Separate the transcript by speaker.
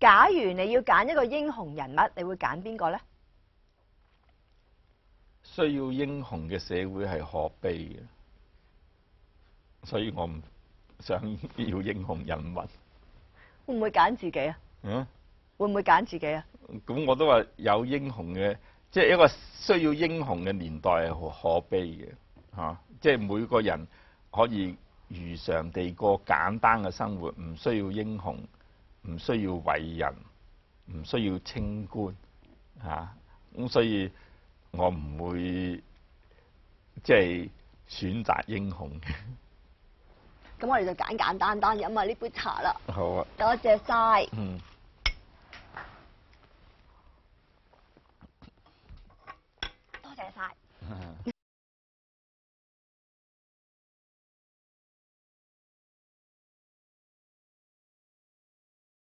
Speaker 1: 假如你要揀一個英雄人物，你會揀邊個呢？
Speaker 2: 需要英雄嘅社會係可悲嘅，所以我唔想要英雄人物。
Speaker 1: 會唔會揀自己啊？
Speaker 2: 嗯，
Speaker 1: 會唔會揀自己啊？
Speaker 2: 咁我都話有英雄嘅，即係一個需要英雄嘅年代係好可悲嘅嚇、啊即係每個人可以如常地過簡單嘅生活，唔需要英雄，唔需要偉人，唔需要清官嚇。啊咁、所以我唔會即係選擇英雄嘅。
Speaker 1: 咁我哋就揀簡單單飲下呢杯茶啦。
Speaker 2: 好啊，
Speaker 1: 多謝晒。
Speaker 2: 嗯。